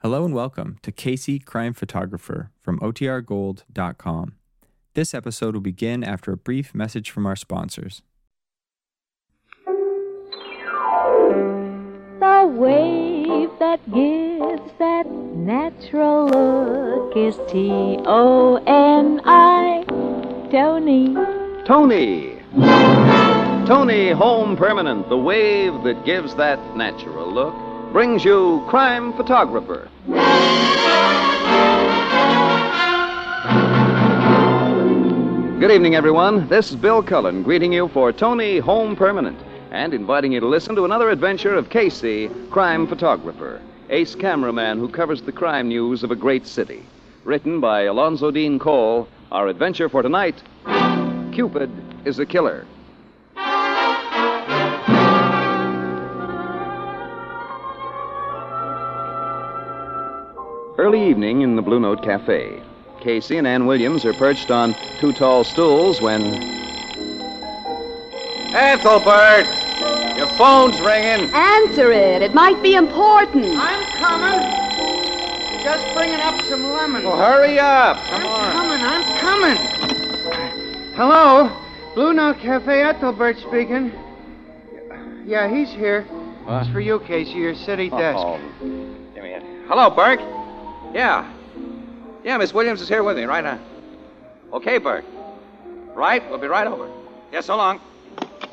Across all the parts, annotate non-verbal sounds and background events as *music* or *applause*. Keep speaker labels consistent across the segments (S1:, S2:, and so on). S1: Hello and welcome to Casey Crime Photographer from OTRGold.com. This episode will begin after a brief message from our sponsors.
S2: The wave that gives that natural look is T O N I, Tony.
S3: Tony. Tony Home Permanent, the wave that gives that natural look, brings you Crime Photographer. Good evening, everyone. This is Bill Cullen greeting you for Tony Home Permanent and inviting you to listen to another adventure of Casey, Crime Photographer, ace cameraman who covers the crime news of a great city. Written by Alonzo Dean Cole, our adventure for tonight Cupid is a killer. Early evening in the Blue Note Cafe. Casey and Ann Williams are perched on two tall stools when. Ethelbert! Your phone's ringing.
S4: Answer it. It might be important.
S5: I'm coming. Just bringing up some lemon.
S3: Well, hurry up.
S5: I'm coming. I'm coming. Hello, Blue Note Cafe. Ethelbert speaking. Yeah, he's here.
S3: What?
S5: It's for you, Casey. Your city desk.
S3: Give me it. Hello, Burke. Yeah. Yeah, Miss Williams is here with me right now. Okay, Burke. Right, we'll be right over. Yeah, so long.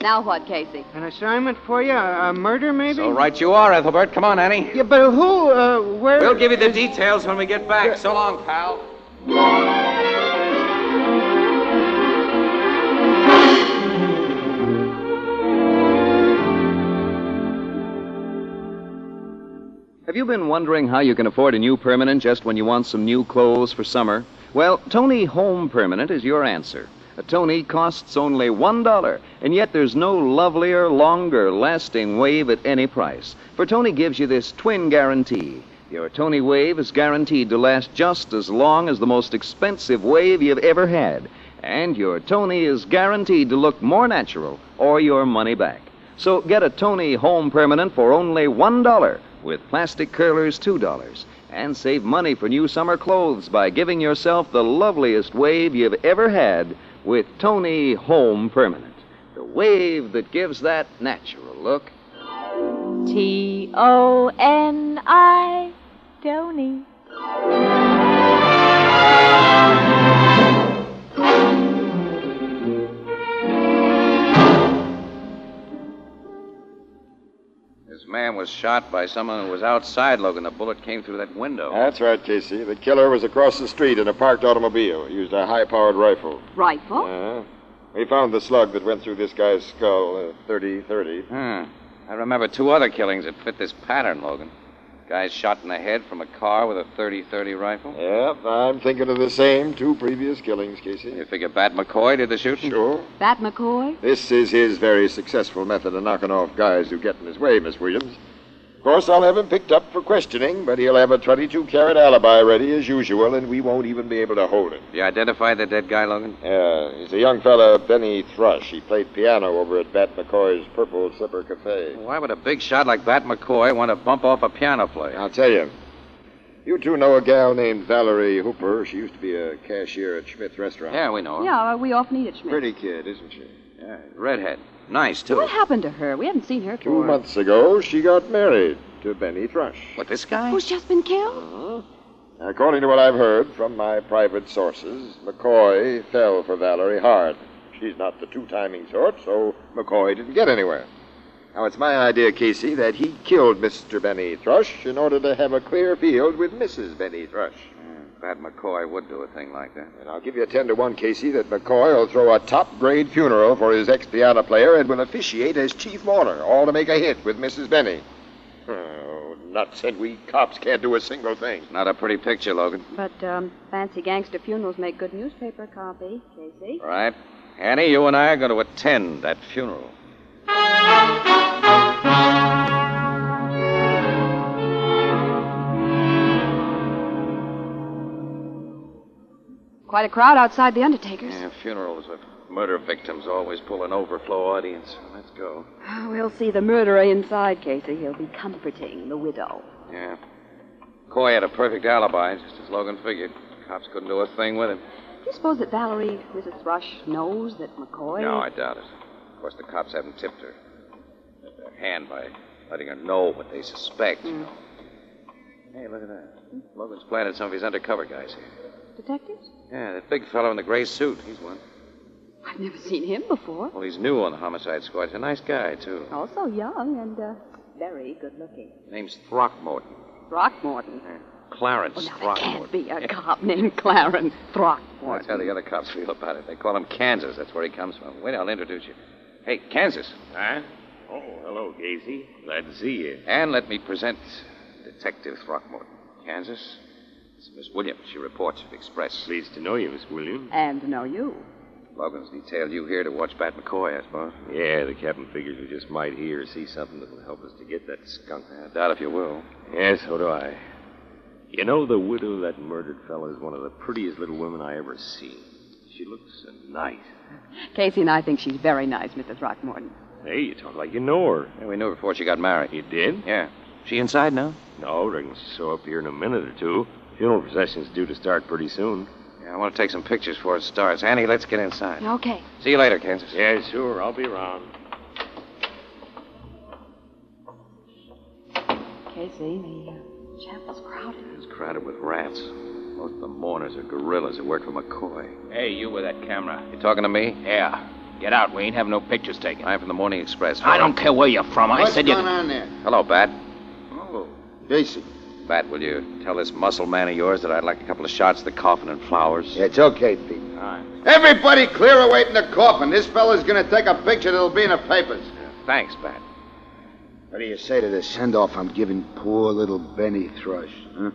S4: Now what, Casey?
S5: An assignment for you? A, a murder, maybe?
S3: So right you are, Ethelbert. Come on, Annie.
S5: Yeah, but who? Uh, where?
S3: We'll give you the details when we get back. So long, pal. Have you been wondering how you can afford a new permanent just when you want some new clothes for summer? Well, Tony Home Permanent is your answer. A Tony costs only $1, and yet there's no lovelier, longer lasting wave at any price. For Tony gives you this twin guarantee. Your Tony wave is guaranteed to last just as long as the most expensive wave you've ever had. And your Tony is guaranteed to look more natural or your money back. So get a Tony home permanent for only $1 with plastic curlers $2 and save money for new summer clothes by giving yourself the loveliest wave you've ever had with Tony home permanent. The wave that gives that natural look.
S4: T O N I, Tony.
S3: This man was shot by someone who was outside, Logan. The bullet came through that window.
S6: That's right, Casey. The killer was across the street in a parked automobile. He used a high powered rifle.
S4: Rifle?
S6: Uh-huh. We found the slug that went through this guy's skull, uh, 30 30.
S3: Hmm. I remember two other killings that fit this pattern, Logan. Guy shot in the head from a car with a 30 30 rifle.
S6: Yep, I'm thinking of the same two previous killings, Casey.
S3: You figure Bat McCoy did the shooting?
S6: Sure.
S4: Bat McCoy?
S6: This is his very successful method of knocking off guys who get in his way, Miss Williams. Of course, I'll have him picked up for questioning, but he'll have a 22 carat alibi ready as usual, and we won't even be able to hold him.
S3: You identified the dead guy, Logan?
S6: Yeah, he's a young fella, Benny Thrush. He played piano over at Bat McCoy's Purple Slipper Cafe.
S3: Why would a big shot like Bat McCoy want to bump off a piano player?
S6: I'll tell you. You two know a gal named Valerie Hooper. She used to be a cashier at Schmidt's restaurant.
S3: Yeah, we know him.
S4: Yeah, we often eat at Schmidt.
S6: Pretty kid, isn't she?
S3: Yeah, redhead. Nice, too.
S4: What happened to her? We haven't seen her
S6: Two months ago, she got married to Benny Thrush.
S3: What, this guy?
S4: Who's Oh, just been killed?
S6: According to what I've heard from my private sources, McCoy fell for Valerie hard. She's not the two timing sort, so McCoy didn't get anywhere. Now, it's my idea, Casey, that he killed Mr. Benny Thrush in order to have a clear field with Mrs. Benny Thrush.
S3: Bat McCoy would do a thing like that.
S6: And I'll give you 10 to 1, Casey, that McCoy will throw a top grade funeral for his ex piano player and will officiate as chief mourner, all to make a hit with Mrs. Benny. Oh, nuts, and we cops can't do a single thing.
S3: Not a pretty picture, Logan.
S4: But um, fancy gangster funerals make good newspaper copy, Casey.
S3: All right. Annie, you and I are going to attend that funeral.
S4: Quite a crowd outside the Undertaker's. *sighs*
S3: Yeah, funerals with murder victims always pull an overflow audience. Let's go.
S4: We'll see the murderer inside, Casey. He'll be comforting the widow.
S3: Yeah.
S7: McCoy had a perfect alibi, just as Logan figured. Cops couldn't do a thing with him.
S4: Do you suppose that Valerie, Mrs. Thrush, knows that McCoy.
S7: No, I doubt it. Of course, the cops haven't tipped her. Tipped Their hand by letting her know what they suspect,
S4: Hmm.
S7: you know. Hey, look at that. Logan's planted some of his undercover guys here.
S4: Detectives?
S7: Yeah, that big fellow in the gray suit. He's one.
S4: I've never seen him before.
S7: Well, he's new on the homicide squad. He's a nice guy, too.
S4: Also young and uh, very good looking.
S7: Name's Throckmorton.
S4: Throckmorton.
S7: Clarence
S4: Oh, now, there can't
S7: Throckmorton.
S4: be a cop named Clarence Throckmorton.
S7: That's how the other cops feel about it. They call him Kansas. That's where he comes from. Wait, I'll introduce you. Hey, Kansas.
S8: Huh? Oh, hello, Casey. Glad to see you.
S7: And let me present Detective Throckmorton. Kansas. It's Miss Williams. She reports at Express.
S8: Pleased to know you, Miss Williams.
S4: And know you.
S7: Logan's detailed you here to watch Bat McCoy, I suppose.
S8: Yeah, the captain figures we just might hear or see something that will help us to get that skunk
S7: I
S8: out.
S7: doubt if you will.
S8: Yeah, so do I. You know, the widow of that murdered fellow is one of the prettiest little women I ever seen. She looks so nice.
S4: Casey and I think she's very nice, Mrs. Throckmorton.
S8: Hey, you talk like you know her.
S7: Yeah, we knew her before she got married.
S8: You did?
S7: Yeah. She inside now?
S8: No, reckon she'll show up here in a minute or two. Funeral procession's due to start pretty soon.
S7: Yeah, I want to take some pictures before it starts. Annie, let's get inside.
S4: Okay.
S7: See you later, Kansas.
S8: Yeah, sure. I'll be around.
S4: Casey, the uh, chapel's crowded.
S7: It's crowded with rats. Most of the mourners are gorillas who work for McCoy.
S9: Hey, you with that camera.
S7: You talking to me?
S9: Yeah. Get out. We ain't having no pictures taken.
S7: I'm from the Morning Express.
S9: I don't care where you're from. I
S10: What's
S9: said
S10: going
S9: you.
S10: on there?
S7: Hello, Bat.
S10: Oh, Casey.
S7: Bat, will you tell this muscle man of yours that I'd like a couple of shots of the coffin and flowers?
S10: It's okay, Pete. Everybody clear away from the coffin. This fella's gonna take a picture that'll be in the papers.
S7: Thanks, Bat.
S10: What do you say to the send off I'm giving poor little Benny Thrush? Huh?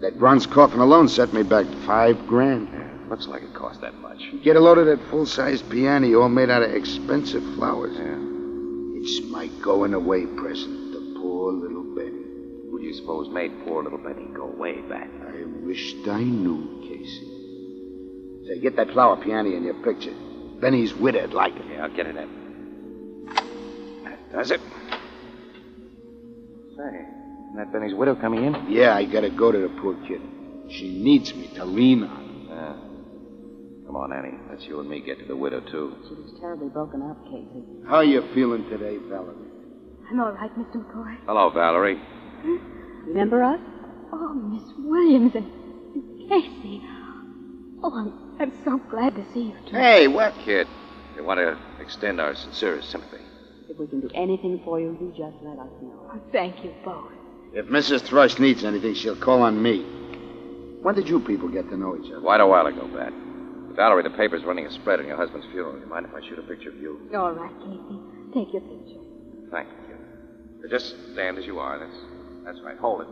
S10: That bronze coffin alone set me back five grand.
S7: Looks like it cost that much.
S10: Get a load of that full size piano all made out of expensive flowers. It's my going away present to poor little Benny.
S7: Who do you suppose made poor little Benny go away, Bat?
S10: I wished I knew, Casey. Say, get that flower piano in your picture. Benny's widowed like it.
S7: Yeah, I'll get it in. That does it. Say, isn't that Benny's widow coming in?
S10: Yeah, I gotta go to the poor kid. She needs me to lean on.
S7: Yeah. Uh, Come on, Annie. Let's you and me get to the widow, too.
S4: She was terribly broken up, Casey.
S10: How you feeling today, Valerie?
S4: I'm all right, Mr. McCoy.
S7: Hello, Valerie.
S4: Remember us?
S11: Oh, Miss Williams and and Casey. Oh, I'm, I'm so glad to see you two.
S10: Hey, what?
S7: Kid, we want to extend our sincerest sympathy.
S4: If we can do anything for you, you just let us know.
S11: Oh, Thank you both.
S10: If Mrs. Thrush needs anything, she'll call on me. When did you people get to know each other?
S7: Quite a while ago, Bat. Valerie, the paper's running a spread on your husband's funeral. You mind if I shoot a picture of you?
S11: All right, Casey. Take your picture.
S7: Thank you. So just stand as you are. That's, that's right. Hold it.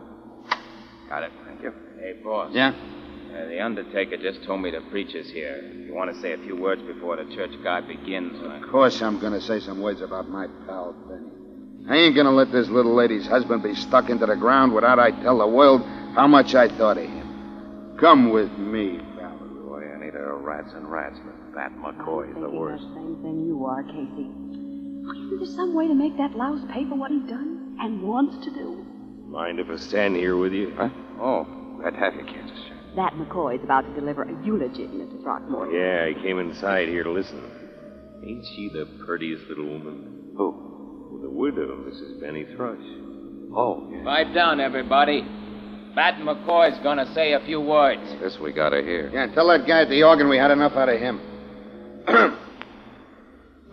S7: Got it. Thank you.
S9: Hey, boss.
S10: Yeah?
S9: Uh, the undertaker just told me the preacher's here. You want to say a few words before the church guy begins?
S10: Of
S9: Huh?
S10: course I'm gonna say some words about my pal, Benny. I ain't gonna let this little lady's husband be stuck into the ground without I tell the world how much I thought of him. Come with me, Valerie.
S7: Boy, Annie, there are rats and rats, but Bat
S4: I'm
S7: McCoy is the
S4: thinking
S7: worst.
S4: that same thing you are, Casey. Oh, isn't there some way to make that louse pay for what he's done and wants to do?
S8: Mind if I stand here with you?
S7: Huh? Oh, glad to have you, Kansas.
S4: That McCoy is about to deliver a eulogy, Mr. Throckmorton.
S8: Yeah, I came inside here to listen. Ain't she the prettiest little woman?
S7: Who?
S8: The widow, Mrs. Benny Thrush.
S7: Oh, yeah.
S9: Pipe down, everybody. Bat McCoy's gonna say a few words.
S7: This we got her here.
S10: Yeah, tell that guy at the organ we had enough out of him. *clears throat*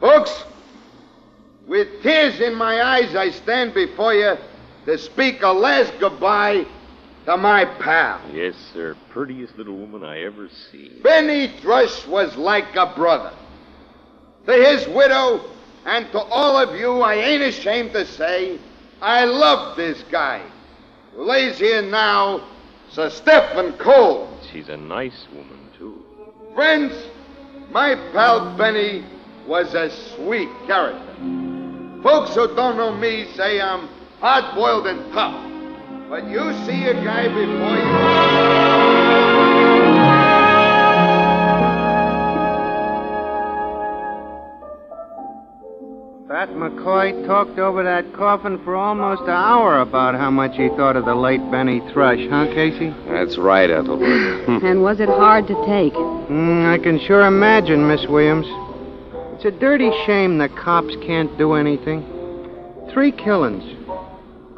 S10: Folks, with tears in my eyes, I stand before you to speak a last goodbye to my pal.
S8: Yes, sir. Prettiest little woman I ever see.
S10: Benny Thrush was like a brother. To his widow and to all of you, I ain't ashamed to say, I love this guy who lays here now, Sir Stephen Cole.
S8: She's a nice woman, too.
S10: Friends, my pal Benny was a sweet character. Folks who don't know me say I'm hard boiled and tough. But you see a guy before you.
S5: Pat McCoy talked over that coffin for almost an hour about how much he thought of the late Benny Thrush, huh, Casey?
S7: That's right, Ethelbert.
S4: And was it hard to take?
S5: Mm, Hmm. I can sure imagine, Miss Williams. It's a dirty shame the cops can't do anything. Three killings.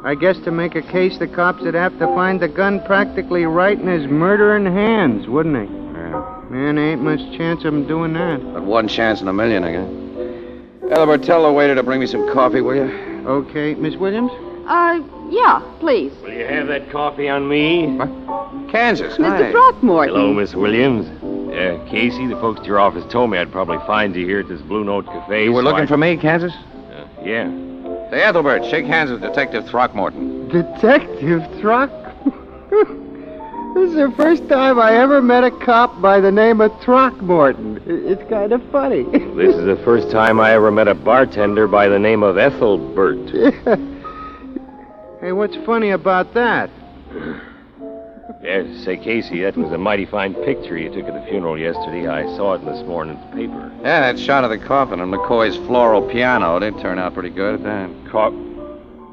S5: I guess to make a case, the cops would have to find the gun practically right in his murdering hands, wouldn't they? *laughs* Man, there ain't much chance of him doing that.
S7: But one chance in a million, I guess. Ethelbert, tell the waiter to bring me some coffee, will you?
S5: Okay, Miss Williams?
S4: Uh, yeah, please.
S8: Will you have that coffee on me?
S7: Kansas,
S4: Mr.
S7: hi.
S4: Throckmorton.
S8: Hello, Miss Williams. Uh, Casey, the folks at your office told me I'd probably find you here at this Blue Note Cafe.
S7: You were
S8: so I-
S7: looking for me, Kansas?
S8: Uh, yeah.
S7: Say, Ethelbert, shake hands with Detective Throckmorton.
S5: Detective Truck? *laughs* this is the first time I ever met a cop by the name of Throckmorton. I- It's kind of funny. *laughs*
S8: This is the first time I ever met a bartender by the name of Ethelbert.
S7: *laughs*
S5: hey, what's funny about that?
S8: Yeah, say, Casey, that was a mighty fine picture you took at the funeral yesterday. I saw it in this morning's paper.
S7: Yeah, that shot of the coffin and McCoy's floral piano did turn out pretty good at that.
S8: Cop.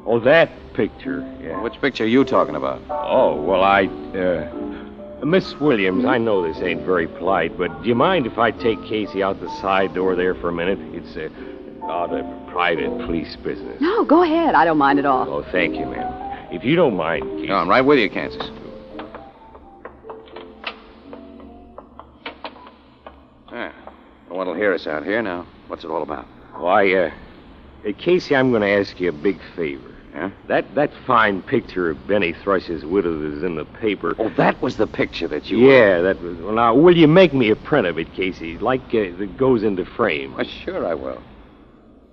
S8: Oh, that picture. Yeah.
S7: Which picture are you talking about?
S8: Oh, well, I. Uh, Miss Williams, I know this ain't very polite, but do you mind if I take Casey out the side door there for a minute? It's uh, out of private police business.
S4: No, go ahead. I don't mind at all.
S8: Oh, thank you, ma'am. If you don't mind, Casey.
S7: No, I'm right with you, Kansas. Ah, no one will hear us out here now. What's it all about?
S8: Why, uh, uh, Casey, I'm going to ask you a big favor.
S7: Yeah?
S8: That that fine picture of Benny Thrush's widow that's in the paper.
S7: Oh, that was the picture that you.
S8: yeah, that was. Well, now, will you make me a print of it, Casey? Like uh, that goes into frame.
S7: Why, sure I will.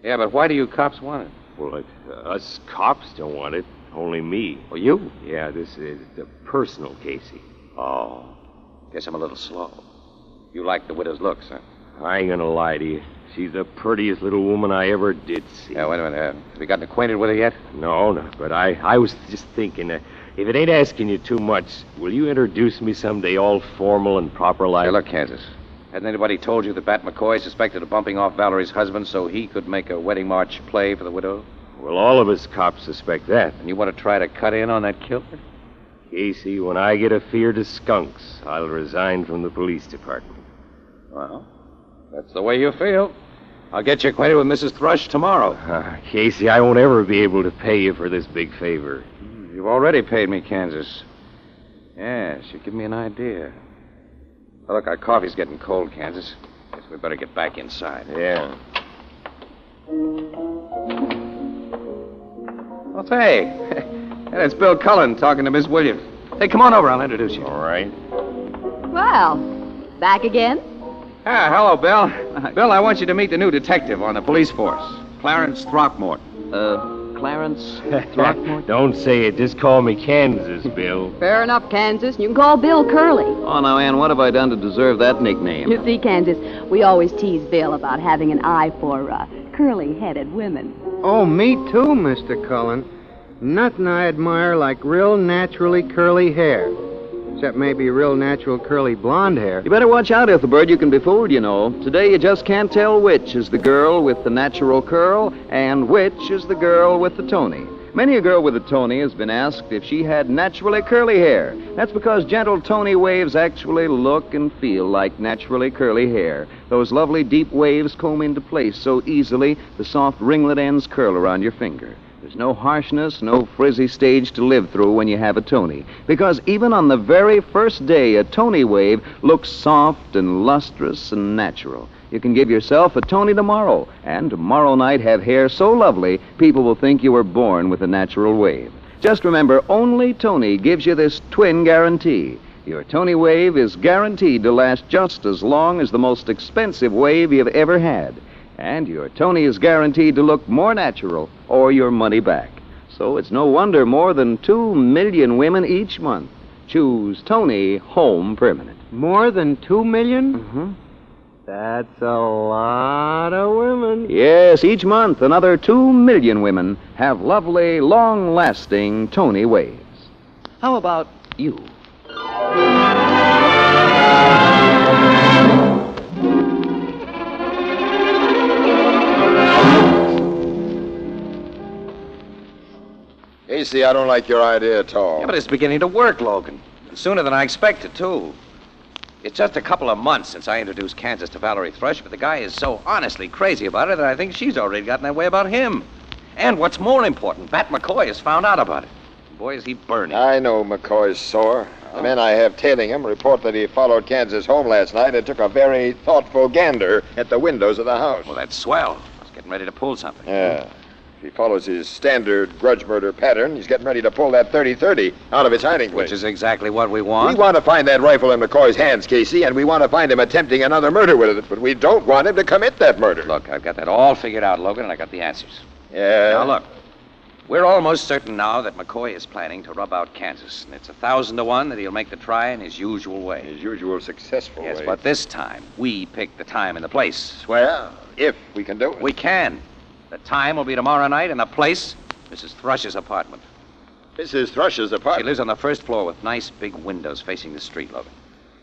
S7: Yeah, but why do you cops want it?
S8: Well, uh, us cops don't want it. Only me.
S7: Well, Oh, you.
S8: Yeah, this is a personal, Casey.
S7: Oh, guess I'm a little slow. You like the widow's looks, huh?
S8: I ain't gonna lie to you. She's the prettiest little woman I ever did see.
S7: Yeah, wait a minute. Uh, have you gotten acquainted with her yet?
S8: No, no, but I, I was just thinking, uh, if it ain't asking you too much, will you introduce me someday all formal and proper like?
S7: Hey, look, Kansas. Hasn't anybody told you that Bat McCoy suspected of bumping off Valerie's husband so he could make a wedding march play for the widow?
S8: Well, all of us cops suspect that.
S7: And you want to try to cut in on that killer?
S8: Casey, when I get a fear to skunks, I'll resign from the police department.
S7: Well, that's the way you feel. I'll get you acquainted with Mrs. Thrush tomorrow.
S8: Uh, Casey, I won't ever be able to pay you for this big favor.
S7: Hmm, You've already paid me, Kansas. Yes, you give me an idea. Now, look, our coffee's getting cold, Kansas. Guess we better get back inside.
S8: Yeah.
S7: Oh, say, *laughs* hey, that's Bill Cullen talking to Miss Williams. Hey, come on over. I'll introduce you.
S8: All right.
S4: Well, back again?
S7: Ah, hello, Bill. *laughs* Bill, I want you to meet the new detective on the police force, Clarence Throckmorton.
S3: Uh,
S7: *laughs*
S3: Clarence?
S8: Don't say it. Just call me Kansas, Bill.
S4: Fair enough, Kansas. You can call Bill Curley.
S3: Oh, now, Ann, what have I done to deserve that nickname?
S4: You see, Kansas, we always tease Bill about having an eye for uh, curly-headed women.
S5: Oh, me too, Mr. Cullen. Nothing I admire like real naturally curly hair. Except maybe real natural curly blonde hair.
S3: You better watch out, Ethelbert. You can be fooled, you know. Today, you just can't tell which is the girl with the natural curl and which is the girl with the Tony. Many a girl with a Tony has been asked if she had naturally curly hair. That's because gentle Tony waves actually look and feel like naturally curly hair. Those lovely deep waves comb into place so easily, the soft ringlet ends curl around your finger. There's no harshness, no frizzy stage to live through when you have a Tony. Because even on the very first day, a Tony wave looks soft and lustrous and natural. You can give yourself a Tony tomorrow, and tomorrow night have hair so lovely, people will think you were born with a natural wave. Just remember, only Tony gives you this twin guarantee. Your Tony wave is guaranteed to last just as long as the most expensive wave you've ever had. And your Tony is guaranteed to look more natural or your money back. So it's no wonder more than two million women each month choose Tony Home Permanent.
S5: More than two million?
S3: Mm-hmm.
S5: That's a lot of women.
S3: Yes, each month another two million women have lovely, long lasting Tony waves. How about you?
S6: Casey, I don't like your idea at all.
S7: Yeah, but it's beginning to work, Logan. And sooner than I expected, too. It's just a couple of months since I introduced Kansas to Valerie Thrush, but the guy is so honestly crazy about her that I think she's already gotten that way about him. And what's more important, Bat McCoy has found out about it. Boy, is he burning.
S6: I know McCoy's sore. The men I have tailing him report that he followed Kansas home last night and took a very thoughtful gander at the windows of the house.
S7: Well, that's swell. I was getting ready to pull something.
S6: Yeah. If he follows his standard grudge murder pattern, he's getting ready to pull that 30-30 out of its hiding place.
S7: Which is exactly what we want.
S6: We want to find that rifle in McCoy's hands, Casey, and we want to find him attempting another murder with it, but we don't want him to commit that murder.
S7: Look, I've got that all figured out, Logan, and I got the answers.
S6: Yeah.
S7: Now, look. We're almost certain now that McCoy is planning to rub out Kansas, and it's a thousand to one that he'll make the try in his usual way.
S6: His usual successful
S7: yes,
S6: way.
S7: but this time we pick the time and the place.
S6: Well, if we can do it.
S7: We can. The time will be tomorrow night, and the place, Mrs. Thrush's apartment.
S6: Mrs. Thrush's
S7: She
S6: apartment.
S7: lives on the first floor with nice big windows facing the street, Logan.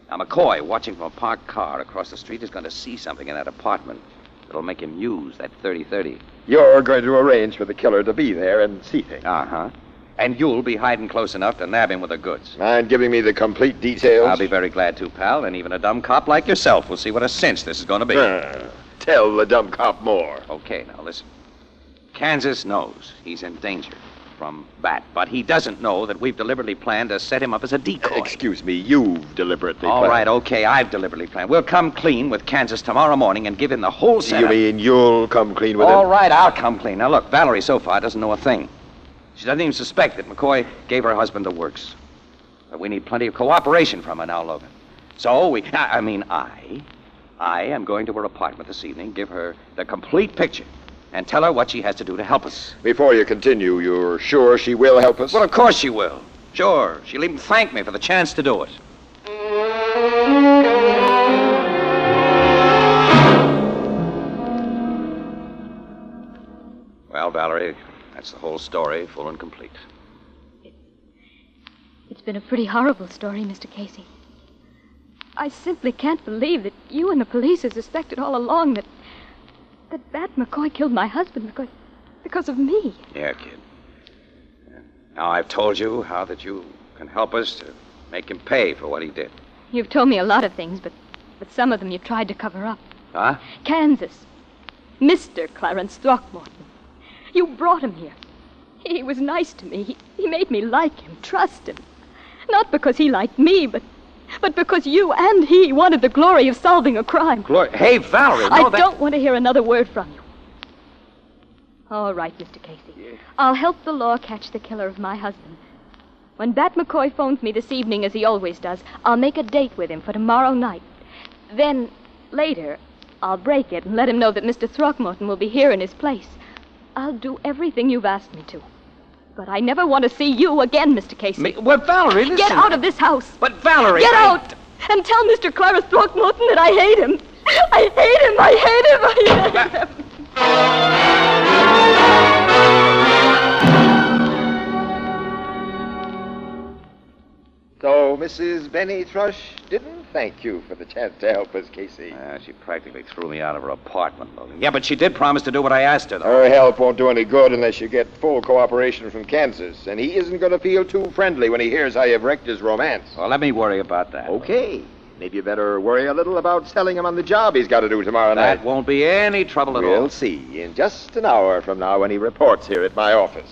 S7: Now, McCoy, watching from a parked car across the street, is going to see something in that apartment that'll make him use that 30 30.
S6: You're going to arrange for the killer to be there and see things.
S7: Uh huh. And you'll be hiding close enough to nab him with the goods.
S6: Mind giving me the complete details?
S7: I'll be very glad to, pal, and even a dumb cop like yourself will see what a cinch this is going to be.
S6: Uh, tell the dumb cop more.
S7: Okay, now listen. Kansas knows he's in danger from Bat, but he doesn't know that we've deliberately planned to set him up as a decoy.
S6: Excuse me, you've deliberately.
S7: All
S6: planned-
S7: right, okay, I've deliberately planned. We'll come clean with Kansas tomorrow morning and give him the whole setup.
S6: You mean you'll come clean with
S7: All
S6: him?
S7: right, I'll come clean. Now, look, Valerie so far doesn't know a thing. She doesn't even suspect that McCoy gave her husband the works. But we need plenty of cooperation from her now, Logan. So we, I, I mean, I, I am going to her apartment this evening, give her the complete picture, and tell her what she has to do to help us.
S6: Before you continue, you're sure she will help us?
S7: Well, of course she will. Sure, she'll even thank me for the chance to do it. Well, Valerie, that's the whole story, full and complete.
S11: It's been a pretty horrible story, Mr. Casey. I simply can't believe that you and the police have suspected all along that that Bat McCoy killed my husband because because of me.
S7: Yeah, kid. Now I've told you how that you can help us to make him pay for what he did.
S11: You've told me a lot of things, but but some of them you've tried to cover up.
S7: Huh?
S11: Kansas. Mr. Clarence Throckmorton. You brought him here. He was nice to me. He, he made me like him, trust him. Not because he liked me, but but because you and he wanted the glory of solving a crime.
S7: Glory. Hey, Valerie,
S11: I
S7: no, that...
S11: don't want to hear another word from you. All right, Mr. Casey. I'll help the law catch the killer of my husband. When Bat McCoy phones me this evening, as he always does, I'll make a date with him for tomorrow night. Then, later, I'll break it and let him know that Mr. Throckmorton will be here in his place. I'll do everything you've asked me to. But I never want to see you again, Mr. Casey.
S7: Me- Well, Valerie, listen.
S11: Get out of this house.
S7: But, Valerie...
S11: Get
S7: I-
S11: out! And tell Mr. Clarence Throckmorton that I hate him. I hate him. I hate him. I hate him.
S6: So, Mrs. Benny Thrush didn't thank you for the chance to help us, Casey.
S7: Ah, she practically threw me out of her apartment, Logan. Yeah, but she did promise to do what I asked her, though.
S6: Her help won't do any good unless you get full cooperation from Kansas, and he isn't going to feel too friendly when he hears how you've wrecked his romance.
S7: Well, let me worry about that.
S6: Okay. Maybe you better worry a little about selling him on the job he's got to do tomorrow
S7: That
S6: night.
S7: won't be any trouble at
S6: we'll
S7: all.
S6: see in just an hour from now when he reports here at my office.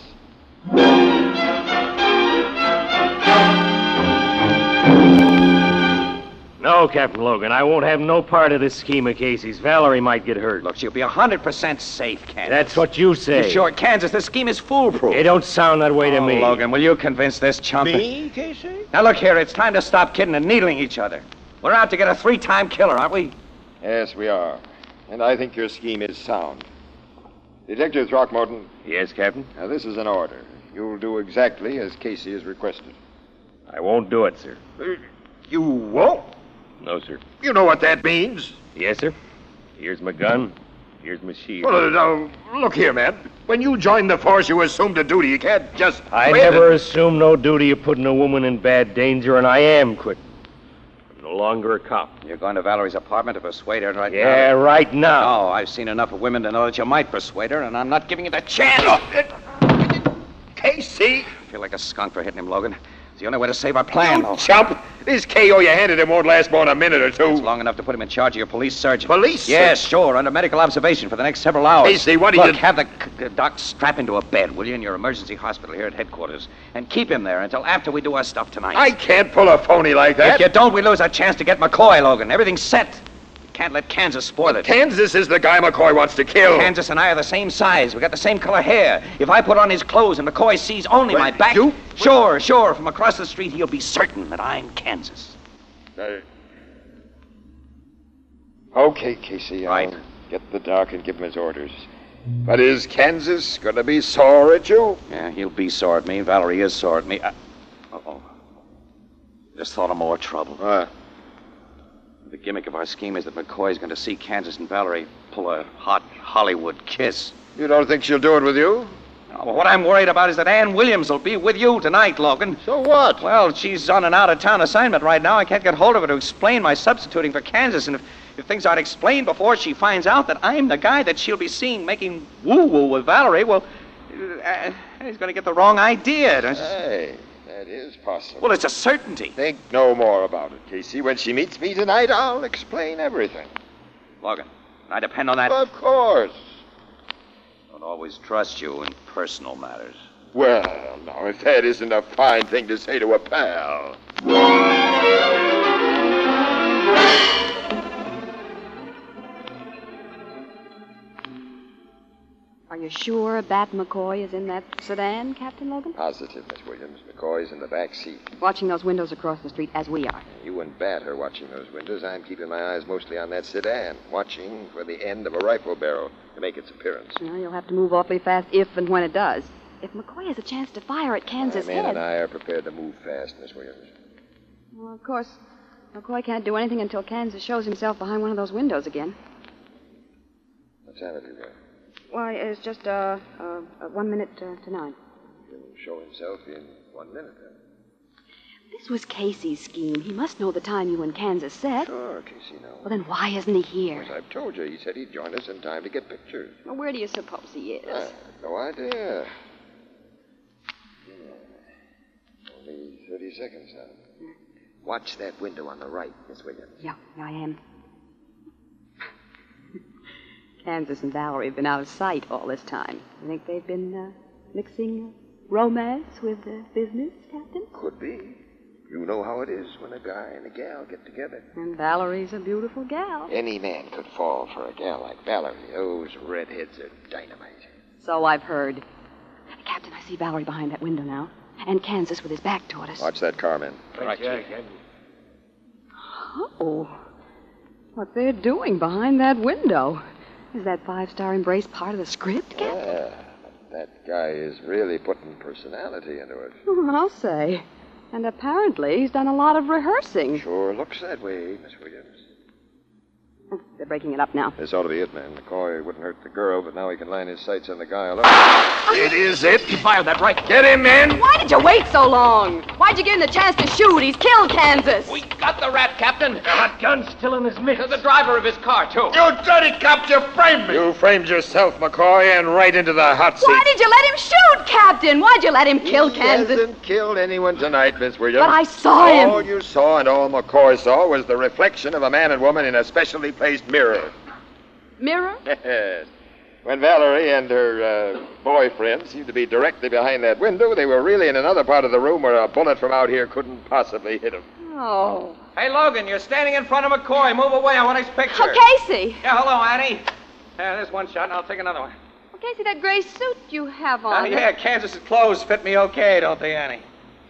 S8: No, Captain Logan, I won't have no part of this scheme of Casey's. Valerie might get hurt.
S7: Look, she'll be 100% safe, Kansas.
S8: That's what you say.
S7: You sure, Kansas, this scheme is foolproof.
S8: It don't sound that way to
S7: Oh,
S8: me.
S7: Logan, will you convince this chump? that-
S6: Casey?
S7: Now, look here, it's time to stop kidding and needling each other. We're out to get a three time killer, aren't we?
S6: Yes, we are. And I think your scheme is sound. Detective Throckmorton,
S8: Yes, Captain.
S6: now this is an order. You'll do exactly as Casey has requested.
S8: I won't do it, sir.
S6: Uh, You won't?
S8: No, sir.
S6: You know what that means.
S8: Yes, sir. Here's my gun. Here's my shield.
S6: Well, uh, now, look here, man. When you joined the force, you assumed a duty. You can't just.
S8: I
S6: Wait a-
S8: never assume no duty of putting a woman in bad danger, and I am quitting. I'm no longer a cop.
S7: You're going to Valerie's apartment to persuade her right
S8: Yeah,
S7: now.
S8: right now.
S7: No, I've seen enough of women to know that you might persuade her, and I'm not giving you the chance.
S6: Casey!
S12: Oh, Casey!
S7: I feel like a skunk for hitting him, Logan. It's the only way to save our plan,
S12: you
S7: though.
S12: chump! This KO you handed him won't last more than a minute or two.
S7: It's long enough to put him in charge of your police surgeon.
S12: Police
S7: Yes,
S12: surgeon?
S7: sure, under medical observation for the next several hours.
S12: Casey, what do
S7: Look,
S12: you-
S7: have the c- the doc strap into a bed, will you, in your emergency hospital here at headquarters, and keep him there until after we do our stuff tonight.
S12: I can't pull a phony like that.
S7: If you don't, we lose our chance to get McCoy, Logan. Everything's set. You can't let Kansas spoil it.
S12: Kansas is the guy McCoy wants to kill.
S7: Kansas and I are the same size. We got the same color hair. If I put on his clothes and McCoy sees only
S12: Well,
S7: my back,
S12: you-
S7: sure, sure, from across the street he'll be certain that I'm Kansas.
S6: Uh, Okay, Casey. I'll
S7: Right.
S6: get the doc and give him his orders. But is Kansas going to be sore at you?
S7: Yeah, he'll be sore at me. Valerie is sore at me. Uh oh. Just thought of more trouble.
S6: What?
S7: The gimmick of our scheme is that McCoy's going to see Kansas and Valerie pull a hot Hollywood kiss.
S6: You don't think she'll do it with you?
S7: Now, what I'm worried about is that Ann Williams will be with you tonight, Logan.
S6: So what?
S7: Well, she's on an out of town assignment right now. I can't get hold of her to explain my substituting for Kansas. And if, if things aren't explained before she finds out that I'm the guy that she'll be seeing making woo woo with Valerie, well, uh, he's going to get the wrong idea. don't you-
S6: Hey, that is possible.
S7: Well, it's a certainty.
S6: Think no more about it, Casey. When she meets me tonight, I'll explain everything.
S7: Logan, I depend on that.
S6: Of course.
S7: don't always trust you in personal matters.
S6: Well, now, if that isn't a fine thing to say to a pal.
S4: Are you sure Bat McCoy is in that sedan, Captain Logan?
S6: Positive, Miss Williams. McCoy's in the back seat.
S4: Uh, Watching those windows across the street as we are.
S6: You and Bat are watching those windows. I'm keeping my eyes mostly on that sedan, watching for the end of a rifle barrel to make its appearance.
S4: Well, you'll have to move awfully fast if and when it does. If McCoy has a chance to fire at Kansas
S6: my man
S4: head.
S6: and I are prepared to move fast, Miss Williams.
S4: Well, of course, McCoy can't do anything until Kansas shows himself behind one of those windows again.
S6: What time have you got?
S4: Why, it's just uh, uh, uh, one minute uh, to nine.
S6: He'll show himself in one minute, then.
S4: This was Casey's scheme. He must know the time you and Kansas set.
S6: Sure, Casey, no.
S4: Well, then why isn't he here?
S6: As I've told you, he said he'd join us in time to get pictures.
S4: Well, where do you suppose he is?
S6: I have no idea. Hmm. Only 30 seconds now. Watch that window on the right, Miss Williams.
S4: Yeah, I am. *laughs* Kansas and Valerie have been out of sight all this time. You think they've been uh, mixing romance with uh, business, Captain?
S6: Could be. You know how it is when a guy and a gal get together.
S4: And Valerie's a beautiful gal.
S6: Any man could fall for a gal like Valerie. Those redheads are dynamite.
S4: So I've heard. Captain, I see Valerie behind that window now. And Kansas with his back toward us.
S6: Watch that car, man.
S8: Right,
S4: Oh. What they're doing behind that window. Is that five star embrace part of the script, Captain?
S6: Yeah, that guy is really putting personality into it.
S4: Oh, I'll say. And apparently he's done a lot of rehearsing.
S6: Sure looks that way, Miss Williams.
S4: Oh, They're breaking it up now.
S6: This ought to be it, man. McCoy wouldn't hurt the girl, but now he can line his sights on the guy alone.
S12: It is it.
S7: Fire that rifle.
S12: Get him, man.
S4: Why did you wait so long? Why'd you give him the chance to shoot? He's killed Kansas.
S7: got the rat, Captain.
S8: Hot gun still in his mitts.
S7: The driver of his car, too.
S12: You dirty cop, you framed me.
S6: You framed yourself, McCoy, and right into the hot seat.
S4: Why did you let him shoot, Captain? Why'd you let him kill
S6: He
S4: Kansas?
S6: hasn't killed anyone tonight, Miss Williams.
S4: But I saw him.
S6: All you saw and all McCoy saw was the reflection of a man and woman in a specially placed mirror.
S4: Mirror?
S6: *laughs* Yes. When Valerie and her uh, boyfriend seemed to be directly behind that window, they were really in another part of the room where a bullet from out here couldn't possibly hit them.
S4: Oh.
S7: Hey, Logan, you're standing in front of McCoy. Move away. I want his picture.
S4: Oh, Casey.
S7: Yeah, hello, Annie. Yeah, there's one shot, and I'll take another one.
S4: Oh, Casey, that gray suit you have
S7: Uh,
S4: on.
S7: yeah, Kansas's clothes fit me okay, don't they, Annie?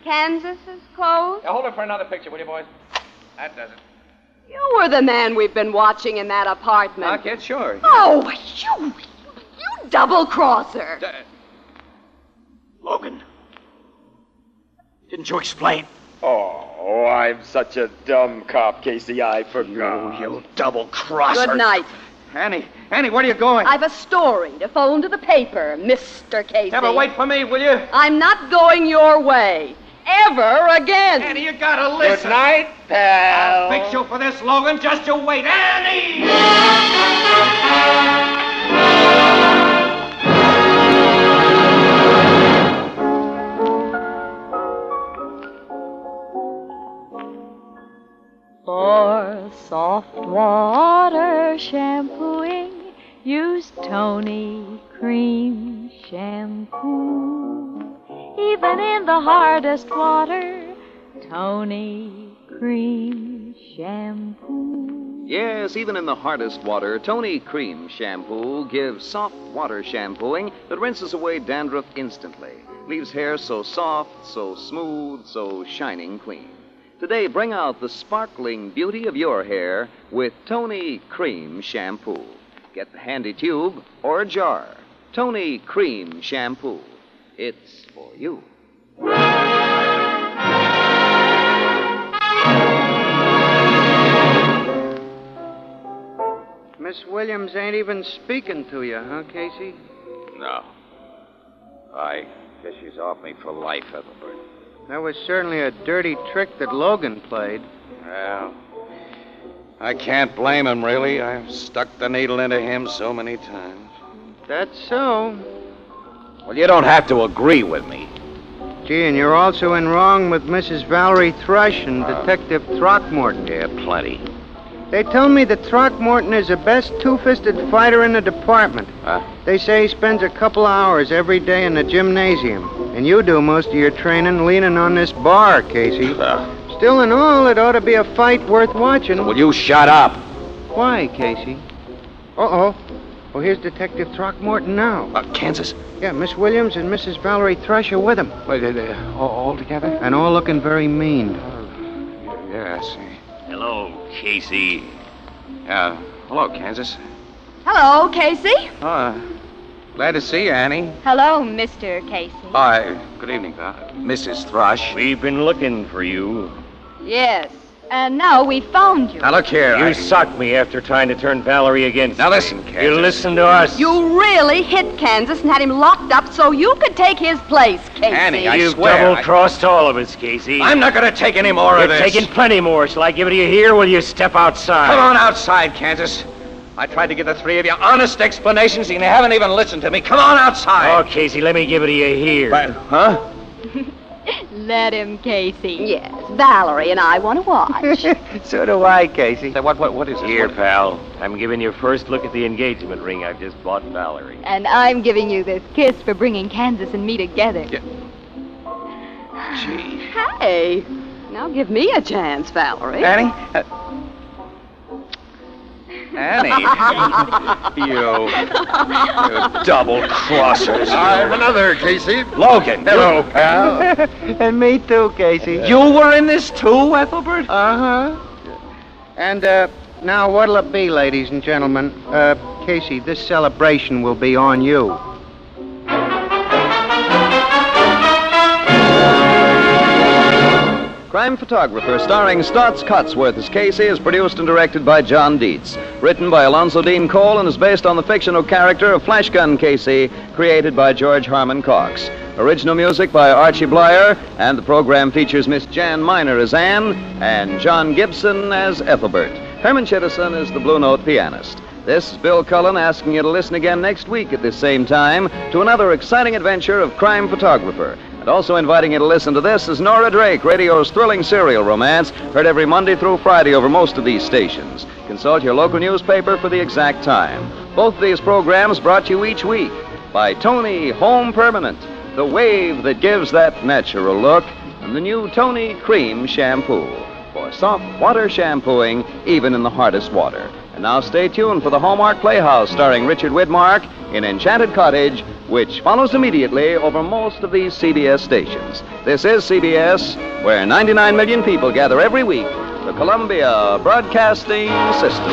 S4: Kansas's clothes?
S7: Yeah, hold it for another picture, will you, boys? That does it.
S4: You were the man we've been watching in that apartment.
S7: I'll get sure.
S4: Oh, you, you double crosser.
S7: D- Logan, didn't you explain?
S6: Oh, I'm such a dumb cop, Casey. I forgot.
S7: Oh, You double crosser.
S4: Good night.
S7: Annie, Annie, where are you going?
S4: I've a story to phone to the paper, Mr. Casey.
S7: Never wait for me, will you?
S4: I'm not going your way. Ever again.
S7: Annie, you gotta listen.
S6: night, pal.
S7: I'll fix you for this, Logan. Just you wait. Annie!
S2: For soft water shampooing, use Tony Cream Shampoo. Even in the hardest water, Tony Cream Shampoo.
S3: Yes, even in the hardest water, Tony Cream Shampoo gives soft water shampooing that rinses away dandruff instantly, leaves hair so soft, so smooth, so shining clean. Today, bring out the sparkling beauty of your hair with Tony Cream Shampoo. Get the handy tube or a jar. Tony Cream Shampoo. It's for you.
S5: Miss Williams ain't even speaking to you, huh, Casey?
S7: No. I guess she's off me for life, Ethelbert.
S5: That was certainly a dirty trick that Logan played.
S7: Well, I can't blame him, really. I've stuck the needle into him so many times.
S5: That's so.
S7: Well, you don't have to agree with me.
S5: Gee, and you're also in wrong with Mrs. Valerie Thrush and Detective Throckmorton.
S7: Uh. Yeah, plenty.
S5: They tell me that Throckmorton is the best two fisted fighter in the department.
S7: Huh?
S5: They say he spends a couple hours every day in the gymnasium. And you do most of your training leaning on this bar, Casey.
S7: Uh,
S5: Still in all, it ought to be a fight worth watching.
S7: will you shut up?
S5: Why, Casey? Uh oh. Well, here's Detective Throckmorton now.
S7: Uh, Kansas.
S5: Yeah, Miss Williams and Mrs. Valerie Thrush are with him.
S7: Wait, uh, uh, all, all together?
S5: And all looking very mean.
S7: Oh, Yeah, I see. Hello, Casey. Uh, hello, Kansas.
S11: Hello, Casey.
S7: Uh, glad to see you, Annie.
S11: Hello, Mr. Casey.
S7: Hi. good evening, uh, Mrs. Thrush.
S8: We've been looking for you.
S11: Yes. And now we found you.
S7: Now look here.
S8: You
S7: I-
S8: socked me after trying to turn Valerie against
S7: Now
S8: me.
S7: listen, Kansas.
S8: You listen to us.
S4: You really hit Kansas and had him locked up so you could take his place, Casey.
S7: Annie, I
S8: You
S7: swear.
S8: double crossed all of us, Casey.
S7: I, am not going to take any more
S8: You're
S7: of this.
S8: taking plenty more. Shall I give it to you here? Or will you step outside?
S7: Come on outside, Kansas. I tried to give the three of you honest explanations, and you haven't even listened to me. Come on outside.
S8: Oh, Casey, let me give it to you here.
S7: But- huh?
S11: Let him, Casey.
S4: Yes, Valerie and I want to
S11: *laughs*
S4: watch.
S7: So do I, Casey. What, what, what is this?
S8: Here,
S7: Here,
S8: pal. I'm giving you first look at the engagement ring I've just bought Valerie.
S11: And I'm giving you this kiss for bringing Kansas and me together.
S7: Gee.
S4: hey, now give me a chance, Valerie.
S7: Annie? Uh, Annie. *laughs* you. You double crossers.
S6: I'm another, Casey.
S7: Logan.
S6: Hello, pal.
S5: *laughs* and me too, Casey.
S7: You were in this too, Ethelbert?
S5: Uh huh. And uh, now, what'll it be, ladies and gentlemen? Uh, Casey, this celebration will be on you.
S3: Crime Photographer, starring Stotts Cotsworth as Casey, is produced and directed by John Dietz. Written by Alonzo Dean Cole and is based on the fictional character of Flash Gun Casey, created by George Harmon Cox. Original music by Archie Blyer, and the program features Miss Jan Miner as Anne and John Gibson as Ethelbert. Herman Chittison is the Blue Note pianist. This is Bill Cullen asking you to listen again next week at this same time to another exciting adventure of Crime Photographer. And also inviting you to listen to this is Nora Drake, radio's thrilling serial romance, heard every Monday through Friday over most of these stations. Consult your local newspaper for the exact time. Both of these programs brought you each week by Tony Home Permanent, the wave that gives that natural look, and the new Tony Cream Shampoo for soft water shampooing, even in the hardest water. And now stay tuned for the Hallmark Playhouse starring Richard Widmark in Enchanted Cottage, which follows immediately over most of these CBS stations. This is CBS, where 99 million people gather every week, the Columbia Broadcasting System.